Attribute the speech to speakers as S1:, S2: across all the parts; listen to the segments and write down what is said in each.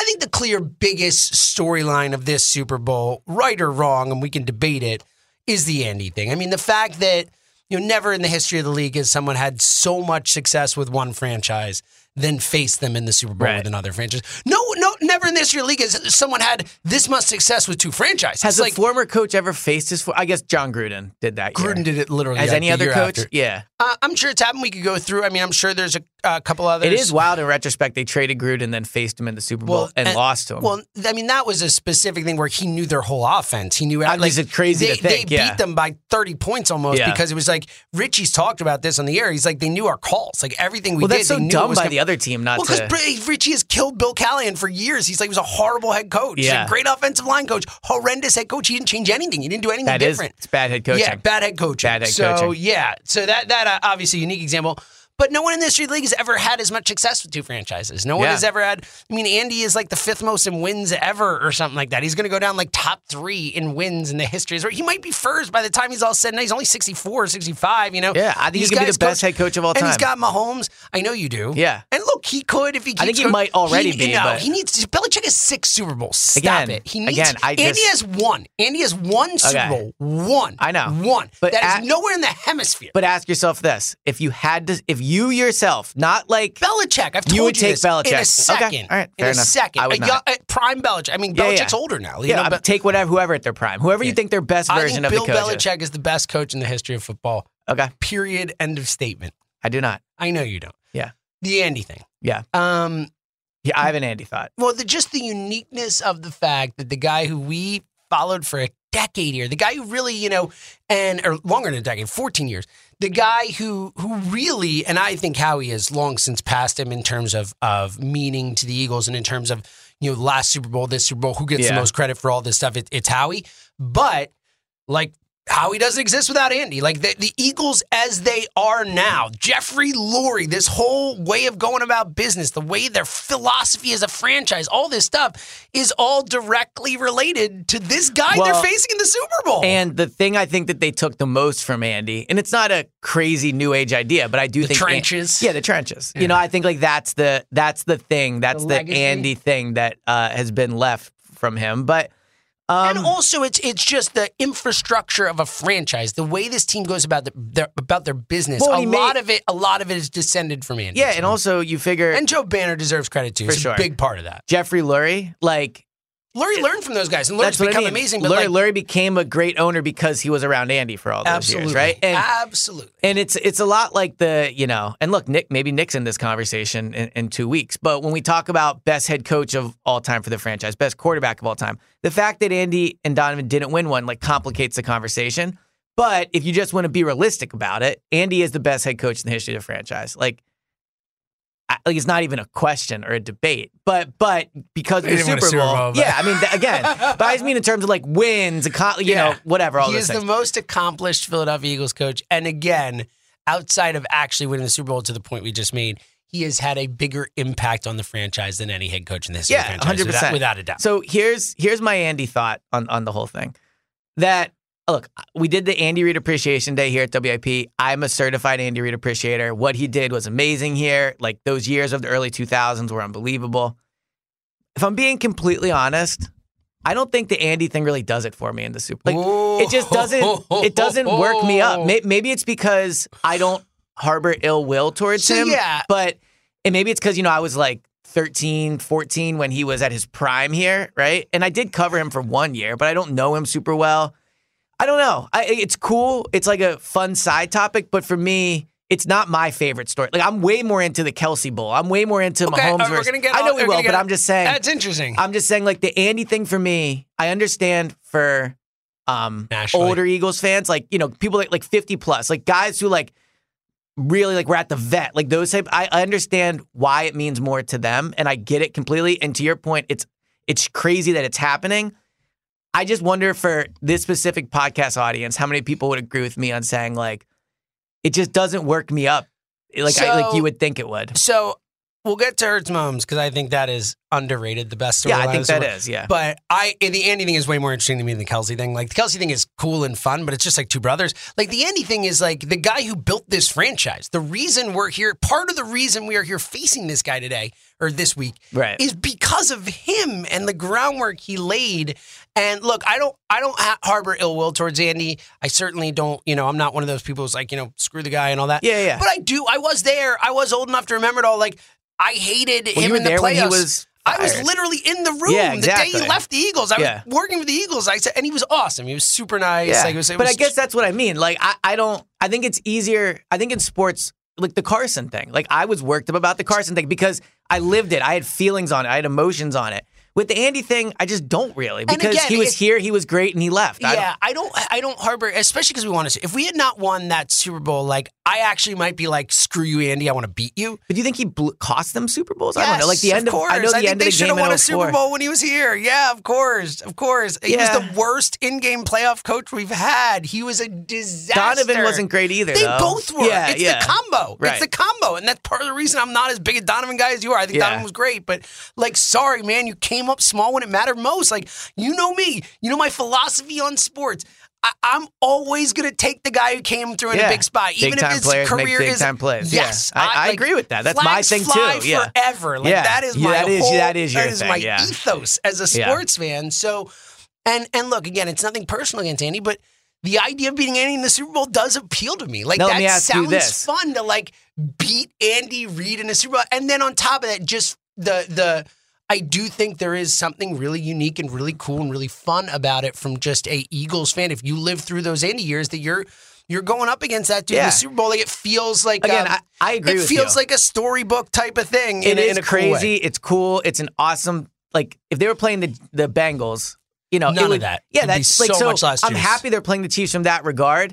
S1: I think the clear biggest storyline of this Super Bowl, right or wrong, and we can debate it, is the Andy thing. I mean, the fact that you know never in the history of the league has someone had so much success with one franchise then faced them in the Super Bowl
S2: Right.
S1: with another franchise. No, no, never in the history of the league has someone had this much success with two franchises.
S2: Has
S1: It's
S2: a
S1: like
S2: former coach ever faced his? fo- I guess John Gruden did that. year.
S1: Gruden did it literally
S2: Has
S1: like,
S2: any
S1: the
S2: other
S1: year
S2: coach?
S1: after.
S2: Yeah,
S1: Uh, I'm sure it's happened. We could go through. I mean, I'm sure there's a, a couple others.
S2: it is wild in retrospect. They traded Gruden, then faced him in the Super Bowl and, lost to him.
S1: Well, I mean, that was a specific thing where he knew their whole offense. He knew
S2: I was just crazy
S1: They,
S2: to think,
S1: they
S2: yeah.
S1: beat them by thirty points almost
S2: Yeah.
S1: because it was like Richie's talked about this on the air. He's like, they knew our calls, like everything we
S2: Well,
S1: did.
S2: that's
S1: they
S2: so
S1: knew it
S2: dumb
S1: was
S2: by
S1: gonna-
S2: the other team not
S1: Well,
S2: to.
S1: because Richie has killed Bill Callahan for years. He's like, he was a horrible head coach, He's
S2: Yeah.
S1: a great offensive line coach, horrendous head coach. He didn't change anything. He didn't do anything
S2: That is-
S1: different.
S2: it's bad head coaching.
S1: Yeah, bad head coaching.
S2: Bad head
S1: so,
S2: coaching.
S1: yeah, so that that uh, obviously a unique example. But no one in the history of the league has ever had as much success with two franchises. No one
S2: Yeah.
S1: has ever had. I mean, Andy is like the fifth most in wins ever, or something like that. He's going to go down like top three in wins in the history. Or he might be first by the time he's all said and done. He's only 64 or 65, you know?
S2: Yeah, I think he
S1: These
S2: could be
S1: guys
S2: the best head coach of all
S1: And he's
S2: time.
S1: got Mahomes. I know you do.
S2: Yeah.
S1: And look, he could if he keeps
S2: I think he
S1: going-
S2: might already be,
S1: No,
S2: but-
S1: he needs. Belichick has six Super Bowls. Stop
S2: Again,
S1: it. He needs,
S2: again, I
S1: Andy
S2: just-
S1: has one. Andy has one Super
S2: Okay.
S1: Bowl. One.
S2: I know.
S1: One.
S2: But
S1: that is
S2: at-
S1: nowhere in the hemisphere.
S2: but ask yourself this: if you had to, if you yourself, not like
S1: Belichick, I've told
S2: You
S1: you,
S2: would take
S1: this,
S2: Belichick.
S1: in
S2: Okay,
S1: a second.
S2: all right,
S1: in
S2: fair
S1: a
S2: enough.
S1: second.
S2: I would
S1: a
S2: not.
S1: yo- a prime Belichick. I mean,
S2: Yeah, yeah.
S1: Belichick's older now. You
S2: yeah,
S1: know,
S2: I'd
S1: but
S2: take whatever, whoever at their prime, whoever you think their best
S1: I
S2: version
S1: think Bill
S2: of the coach. is.
S1: Belichick is the best coach in the history of football.
S2: Okay,
S1: Period. End of statement.
S2: I do not.
S1: I know you don't.
S2: Yeah.
S1: The Andy thing.
S2: Yeah,
S1: Um,
S2: yeah. I have an Andy thought.
S1: Well, the, just the uniqueness of the fact that the guy who we followed for a decade here, the guy who really, you know, and or longer than a decade, 14 years, the guy who who really, and I think Howie has long since passed him in terms of of meaning to the Eagles and in terms of you know last Super Bowl, this Super Bowl, who gets
S2: Yeah.
S1: the most credit for all this stuff? It, it's Howie, but like. Howie doesn't exist without Andy. Like the, the Eagles as they are now, Jeffrey Lurie, this whole way of going about business, the way their philosophy as a franchise, all this stuff is all directly related to this guy
S2: Well,
S1: they're facing in the Super Bowl.
S2: And the thing I think that they took the most from Andy, and it's not a crazy new age idea, but I do
S1: The
S2: think
S1: trenches.
S2: yeah, the trenches. You know, I think like that's the that's the thing. That's the,
S1: legacy.
S2: Andy thing that uh, has been left from him. But um,
S1: and also, it's it's just the infrastructure of a franchise, the way this team goes about the, their about their business.
S2: Well,
S1: a
S2: he made-
S1: lot of it, a lot of it is descended from Andy.
S2: yeah, and also you figure
S1: and Joe Banner deserves credit too.
S2: For
S1: He's
S2: sure.
S1: a big part of that.
S2: Jeffrey Lurie, like
S1: Lurie learned from those guys, and Lurie's
S2: that's what
S1: become
S2: I mean.
S1: amazing. But like,
S2: Lurie, Lurie became a great owner because he was around Andy for all those
S1: absolutely,
S2: years, right? And
S1: absolutely.
S2: And it's it's a lot like the you know, and look, Nick maybe Nick's in this conversation in, in two weeks. But when we talk about best head coach of all time for the franchise, best quarterback of all time, the fact that Andy and Donovan didn't win one like complicates the conversation. But if you just want to be realistic about it, Andy is the best head coach in the history of the franchise. Like, I, like it's not even a question or a debate. But but because of
S1: They
S2: the
S1: didn't win
S2: Super
S1: a
S2: Bowl,
S1: Super Bowl, but-
S2: yeah. I mean, th- again, but I just mean in terms of like wins, and con- you know, whatever. All
S1: he
S2: those
S1: is
S2: things.
S1: the most accomplished Philadelphia Eagles coach, and again, outside of actually winning the Super Bowl to the point we just made, he has had a bigger impact on the franchise than any head coach in the history of the
S2: yeah,
S1: franchise,
S2: hundred
S1: without,
S2: percent,
S1: without a doubt.
S2: So here's here's my Andy thought on on the whole thing. That look, we did the Andy Reid Appreciation Day here at WIP. I'm a certified Andy Reid appreciator. What he did was amazing here. Like those years of the early 2000s were unbelievable. If I'm being completely honest, I don't think the Andy thing really does it for me in the Super. Like it just doesn't it doesn't work me up. May- Maybe it's because I don't harbor ill will towards
S1: So,
S2: him.
S1: yeah.
S2: But and maybe it's because you know I was like 13, 14 when he was at his prime here, right? And I did cover him for one year, but I don't know him super well. I don't know. I, it's cool. It's like a fun side topic, but for me. It's not my favorite story. Like I'm way more into the Kelsey Bowl. I'm way more into
S1: Okay,
S2: Mahomes.
S1: all right, we're
S2: versus-
S1: gonna get
S2: I
S1: all-
S2: know we
S1: we're
S2: will,
S1: gonna get
S2: but
S1: all-
S2: I'm just saying.
S1: That's interesting.
S2: I'm just saying, like the Andy thing for me, I understand for um
S1: Nationally.
S2: older Eagles fans, like you know, people like like 50 plus, like guys who like really like we're at the vet, like those type. I I understand why it means more to them, and I get it completely. And to your point, it's it's crazy that it's happening. I just wonder for this specific podcast audience, how many people would agree with me on saying like, it just doesn't work me up, like I, like
S1: So-
S2: you would think it would.
S1: So we'll get to Hurts Moms because I think that is underrated. The best.
S2: Yeah, I
S1: storyline
S2: think
S1: of the
S2: that
S1: summer.
S2: is. Yeah,
S1: But I and the Andy thing is way more interesting to me than the Kelsey thing. Like the Kelsey thing is cool and fun, but it's just like two brothers. Like the Andy thing is like the guy who built this franchise. The reason we're here, part of the reason we are here facing this guy today or this week
S2: right.
S1: is because of him and the groundwork he laid. And look, I don't, I don't ha- harbor ill will towards Andy. I certainly don't. You know, I'm not one of those people who's like, you know, screw the guy and all that.
S2: Yeah, yeah.
S1: But I do. I was there. I was old enough to remember it all. Like, I hated
S2: Well,
S1: him
S2: you were
S1: in the
S2: there
S1: playoffs.
S2: when he was.
S1: I was
S2: fired.
S1: literally in the room
S2: Yeah,
S1: the day
S2: exactly.
S1: he left the Eagles. I
S2: Yeah.
S1: was working with the Eagles. I said, and he was awesome. He was super nice. Like, it was, it
S2: but
S1: was
S2: I guess that's what I mean. Like, I, I don't, I think it's easier. I think in sports, like the Carson thing, like I was worked up about the Carson thing because I lived it. I had feelings on it. I had emotions on it. With the Andy thing, I just don't really because
S1: again,
S2: he was
S1: it's-
S2: here, he was great, and he left. I
S1: yeah, I don't. I don't harbor, especially because we want to. If we had not won that Super Bowl, like I actually might be like, "Screw you, Andy. I want to beat you."
S2: But do you think he blew, cost them Super Bowls? I don't know. Like the
S1: Yes,
S2: end of,
S1: course.
S2: I know the
S1: think
S2: end
S1: they
S2: of the
S1: should
S2: game
S1: have won
S2: in
S1: a Super
S2: 04.
S1: Bowl when he was here. Yeah, of course, of course. He
S2: Yeah.
S1: was the worst in-game playoff coach we've had. He was a disaster.
S2: Donovan wasn't great either.
S1: They
S2: though.
S1: both were.
S2: Yeah,
S1: it's
S2: yeah.
S1: the combo.
S2: Right.
S1: It's the combo, and that's part of the reason I'm not as big a Donovan guy as you are. I think
S2: Yeah.
S1: Donovan was great, but like, sorry, man, you came up small when it mattered most. Like, you know me. You know my philosophy on sports. I, I'm always gonna take the guy who came through in
S2: Yeah.
S1: a big spot, even
S2: Big-time
S1: if his
S2: players make
S1: career is
S2: big-time plays. Yeah.
S1: Yes,
S2: I- I agree with that. That's my
S1: flags
S2: thing,
S1: fly
S2: too. Yeah.
S1: forever. Like
S2: Yeah.
S1: that is
S2: Yeah,
S1: my
S2: that is-
S1: whole,
S2: that is your
S1: that is
S2: thing,
S1: my
S2: yeah.
S1: ethos as a
S2: Yeah.
S1: sports fan. So, and and look again, it's nothing personal against Andy, but the idea of beating Andy in the Super Bowl does appeal to me. Like
S2: Now let
S1: that
S2: me ask you
S1: sounds
S2: this.
S1: fun to like beat Andy Reid in a Super Bowl, and then on top of that, just the the. I do think there is something really unique and really cool and really fun about it from just a Eagles fan. If you live through those Andy years, that you're you're going up against that dude in
S2: Yeah.
S1: the Super Bowl, like it feels like
S2: Again,
S1: um,
S2: I, I agree
S1: it
S2: with you.
S1: feels like a storybook type of thing. in,
S2: It
S1: a-
S2: is
S1: in a cool way.
S2: crazy. It's cool. It's an awesome. Like if they were playing the the Bengals, you know,
S1: None
S2: it
S1: of
S2: would,
S1: that.
S2: Yeah,
S1: It'd be
S2: that's like
S1: so
S2: so.
S1: much less
S2: I'm
S1: juice.
S2: happy they're playing the Chiefs from that regard.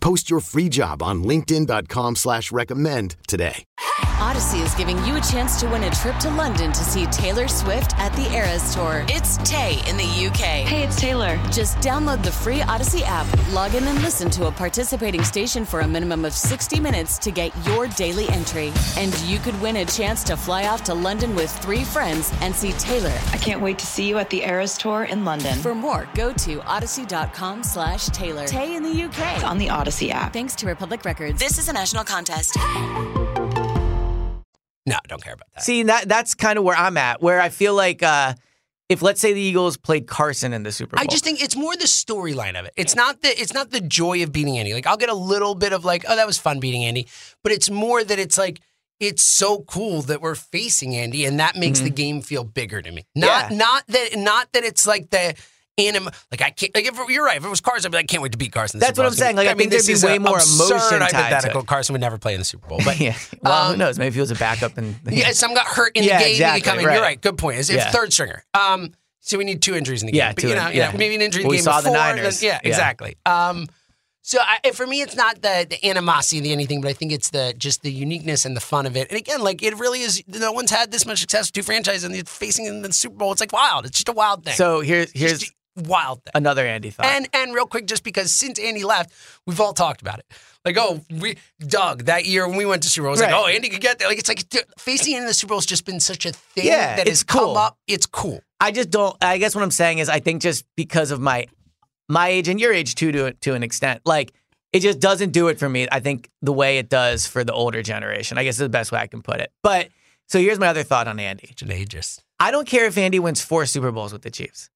S3: Post your free job on linkedin.com/recommend slash recommend today.
S4: Odyssey is giving you a chance to win a trip to London to see Taylor Swift at the Eras Tour. It's Tay in the UK.
S5: Hey, it's Taylor.
S4: Just download the free Odyssey app, log in and listen to a participating station for a minimum of 60 minutes to get your daily entry. And you could win a chance to fly off to London with three friends and see Taylor.
S5: I can't wait to see you at the Eras Tour in London.
S4: For more, go to odyssey.com slash Taylor. Tay in the
S5: It's
S4: UK.
S5: on the Odyssey app.
S4: Thanks to Republic Records. This is a national contest.
S1: No, I don't care about that.
S2: See, that that's kind of where I'm at. Where I feel like uh, if let's say the Eagles played Carson in the Super Bowl,
S1: I just think it's more the storyline of it. It's not the it's not the joy of beating Andy. Like I'll get a little bit of like, oh, that was fun beating Andy, but it's more that it's like it's so cool that we're facing Andy, and that makes the game feel bigger to me. Not
S2: Mm-hmm. Yeah.
S1: not that not that it's like the anim like I can't like if it- you're right if it was Carson I'd be like, I can't wait to beat Carson. in the
S2: That's
S1: Super
S2: what
S1: Bowl."
S2: I'm saying. Like, I think
S1: this
S2: there'd be
S1: is a
S2: way more
S1: absurd
S2: emotion tied to it.
S1: hypothetical. Carson would never play in the Super Bowl, but
S2: yeah. Well, who
S1: um,
S2: knows? Maybe he was a backup and
S1: Yeah, some got hurt in
S2: Yeah,
S1: the game. They
S2: exactly,
S1: could come in.
S2: right.
S1: You're right. Good point. It's, it's
S2: Yeah.
S1: third stringer. Um, so we need two injuries in the game.
S2: Yeah,
S1: but
S2: two
S1: you
S2: in-
S1: know, you
S2: yeah.
S1: know, maybe an injury in
S2: Well, we
S1: the game
S2: saw the
S1: before.
S2: Niners.
S1: then- yeah,
S2: Yeah.
S1: exactly. Um, so I, and for me, it's not the, the animosity and the anything, but I think it's the just the uniqueness and the fun of it. And again, like it really is. No one's had this much success with two franchises and it's facing in the Super Bowl. It's like wild. It's just a wild thing.
S2: So here's here's
S1: Just a wild thing.
S2: another Andy thought.
S1: And and real quick, just because since Andy left, we've all talked about it. Like, oh, we Doug that year when we went to Super Bowl, it was
S2: Right.
S1: like, oh, Andy could get there. Like, it's like dude, facing Andy in the Super Bowl has just been such a thing
S2: Yeah,
S1: that has
S2: it's cool.
S1: come up. It's cool.
S2: I just don't. I guess what I'm saying is, I think just because of my my age and your age too, to to an extent, like it just doesn't do it for me. I think the way it does for the older generation. I guess is the best way I can put it. But so here's my other thought on Andy.
S1: It's an ageist.
S2: I don't care if Andy wins four Super Bowls with the Chiefs.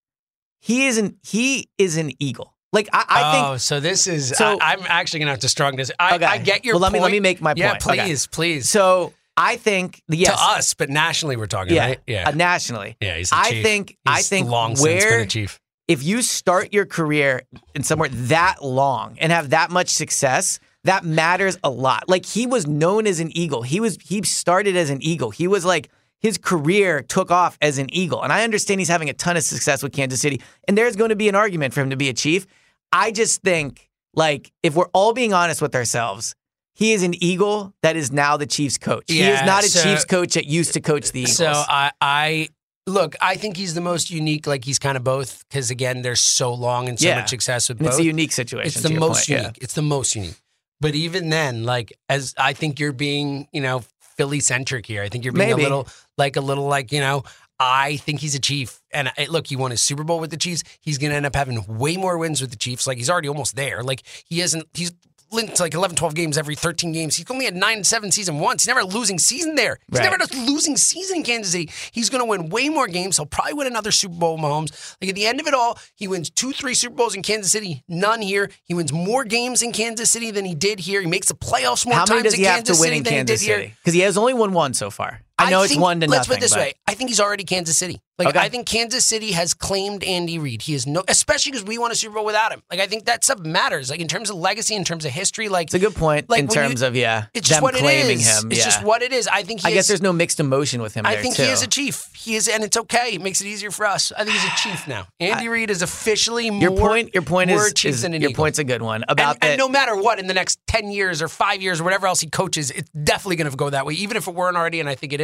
S2: He isn't. He is an Eagle. Like I, I think
S1: oh, so this is.
S2: So-
S1: I, I'm actually gonna have to strong this. I,
S2: Okay.
S1: I get your.
S2: Well, let me-
S1: point.
S2: let me make my
S1: Yeah,
S2: point. Okay.
S1: please, please.
S2: So I think yes,
S1: To us, but nationally, we're talking.
S2: yeah,
S1: right? Yeah.
S2: uh, nationally.
S1: yeah. He's. The
S2: I
S1: chief.
S2: think I
S1: He's
S2: think
S1: long
S2: where
S1: since been a chief.
S2: if you start your career in somewhere that long and have that much success, that matters a lot. Like he was known as an eagle. He was he started as an eagle. He was like his career took off as an eagle. And I understand he's having a ton of success with Kansas City. And there's going to be an argument for him to be a chief. I just think like if we're all being honest with ourselves, he is an eagle that is now the Chiefs coach. he is
S1: Yeah,
S2: not a
S1: so-
S2: Chiefs coach that used to coach the Eagles.
S1: So I, I look. I think he's the most unique. Like he's kind of both because again, there's so long and so
S2: Yeah.
S1: much success with
S2: and
S1: both.
S2: it's a unique situation.
S1: It's
S2: to
S1: the
S2: your
S1: most
S2: point, yeah.
S1: unique. It's the most unique. But even then, like as I think you're being, you know, Philly centric here. I think you're being
S2: Maybe.
S1: a little like a little like you know. I think he's a chief, and I, look, he won his Super Bowl with the Chiefs. He's going to end up having way more wins with the Chiefs. Like he's already almost there. Like he isn't. He's linked to like 11, 12 games every 13 games. He's only had nine and seven season once. He's never had a losing season there. He's
S2: Right.
S1: never had a losing season in Kansas City. He's going to win way more games. He'll probably win another Super Bowl, Mahomes. Like at the end of it all, he wins two, three Super Bowls in Kansas City, none here. He wins more games in Kansas City than he did here. He makes the playoffs more
S2: How
S1: times
S2: many does
S1: in
S2: he have
S1: Kansas
S2: to win
S1: City
S2: in
S1: than
S2: Kansas
S1: he did here.
S2: City? Because he has only won one so far. I know it's
S1: think-
S2: one to
S1: Let's
S2: nothing.
S1: put it this
S2: but-
S1: way: I think he's already Kansas City. Like
S2: Okay.
S1: I think Kansas City has claimed Andy Reid. He is no, especially because we won a Super Bowl without him. Like I think that stuff matters. Like in terms of legacy, in terms of history, like
S2: It's a good point
S1: Like,
S2: in
S1: when you-
S2: terms of yeah,
S1: it's just
S2: them
S1: what
S2: claiming
S1: it is.
S2: him.
S1: It's
S2: yeah.
S1: just what it is. I think he
S2: I guess
S1: is,
S2: there's no mixed emotion with him.
S1: I
S2: there,
S1: think
S2: too.
S1: he is a chief. He is, and it's okay. It makes it easier for us. I think he's a chief now. Andy Reid is officially
S2: Your
S1: more,
S2: point. Your point
S1: more
S2: is,
S1: chief
S2: is-
S1: than an
S2: your
S1: eagle.
S2: point's a good one
S1: And,
S2: about
S1: and
S2: that.
S1: no matter what, in the next ten years or five years or whatever else he coaches, it's definitely going to go that way. Even if it weren't already, and I think it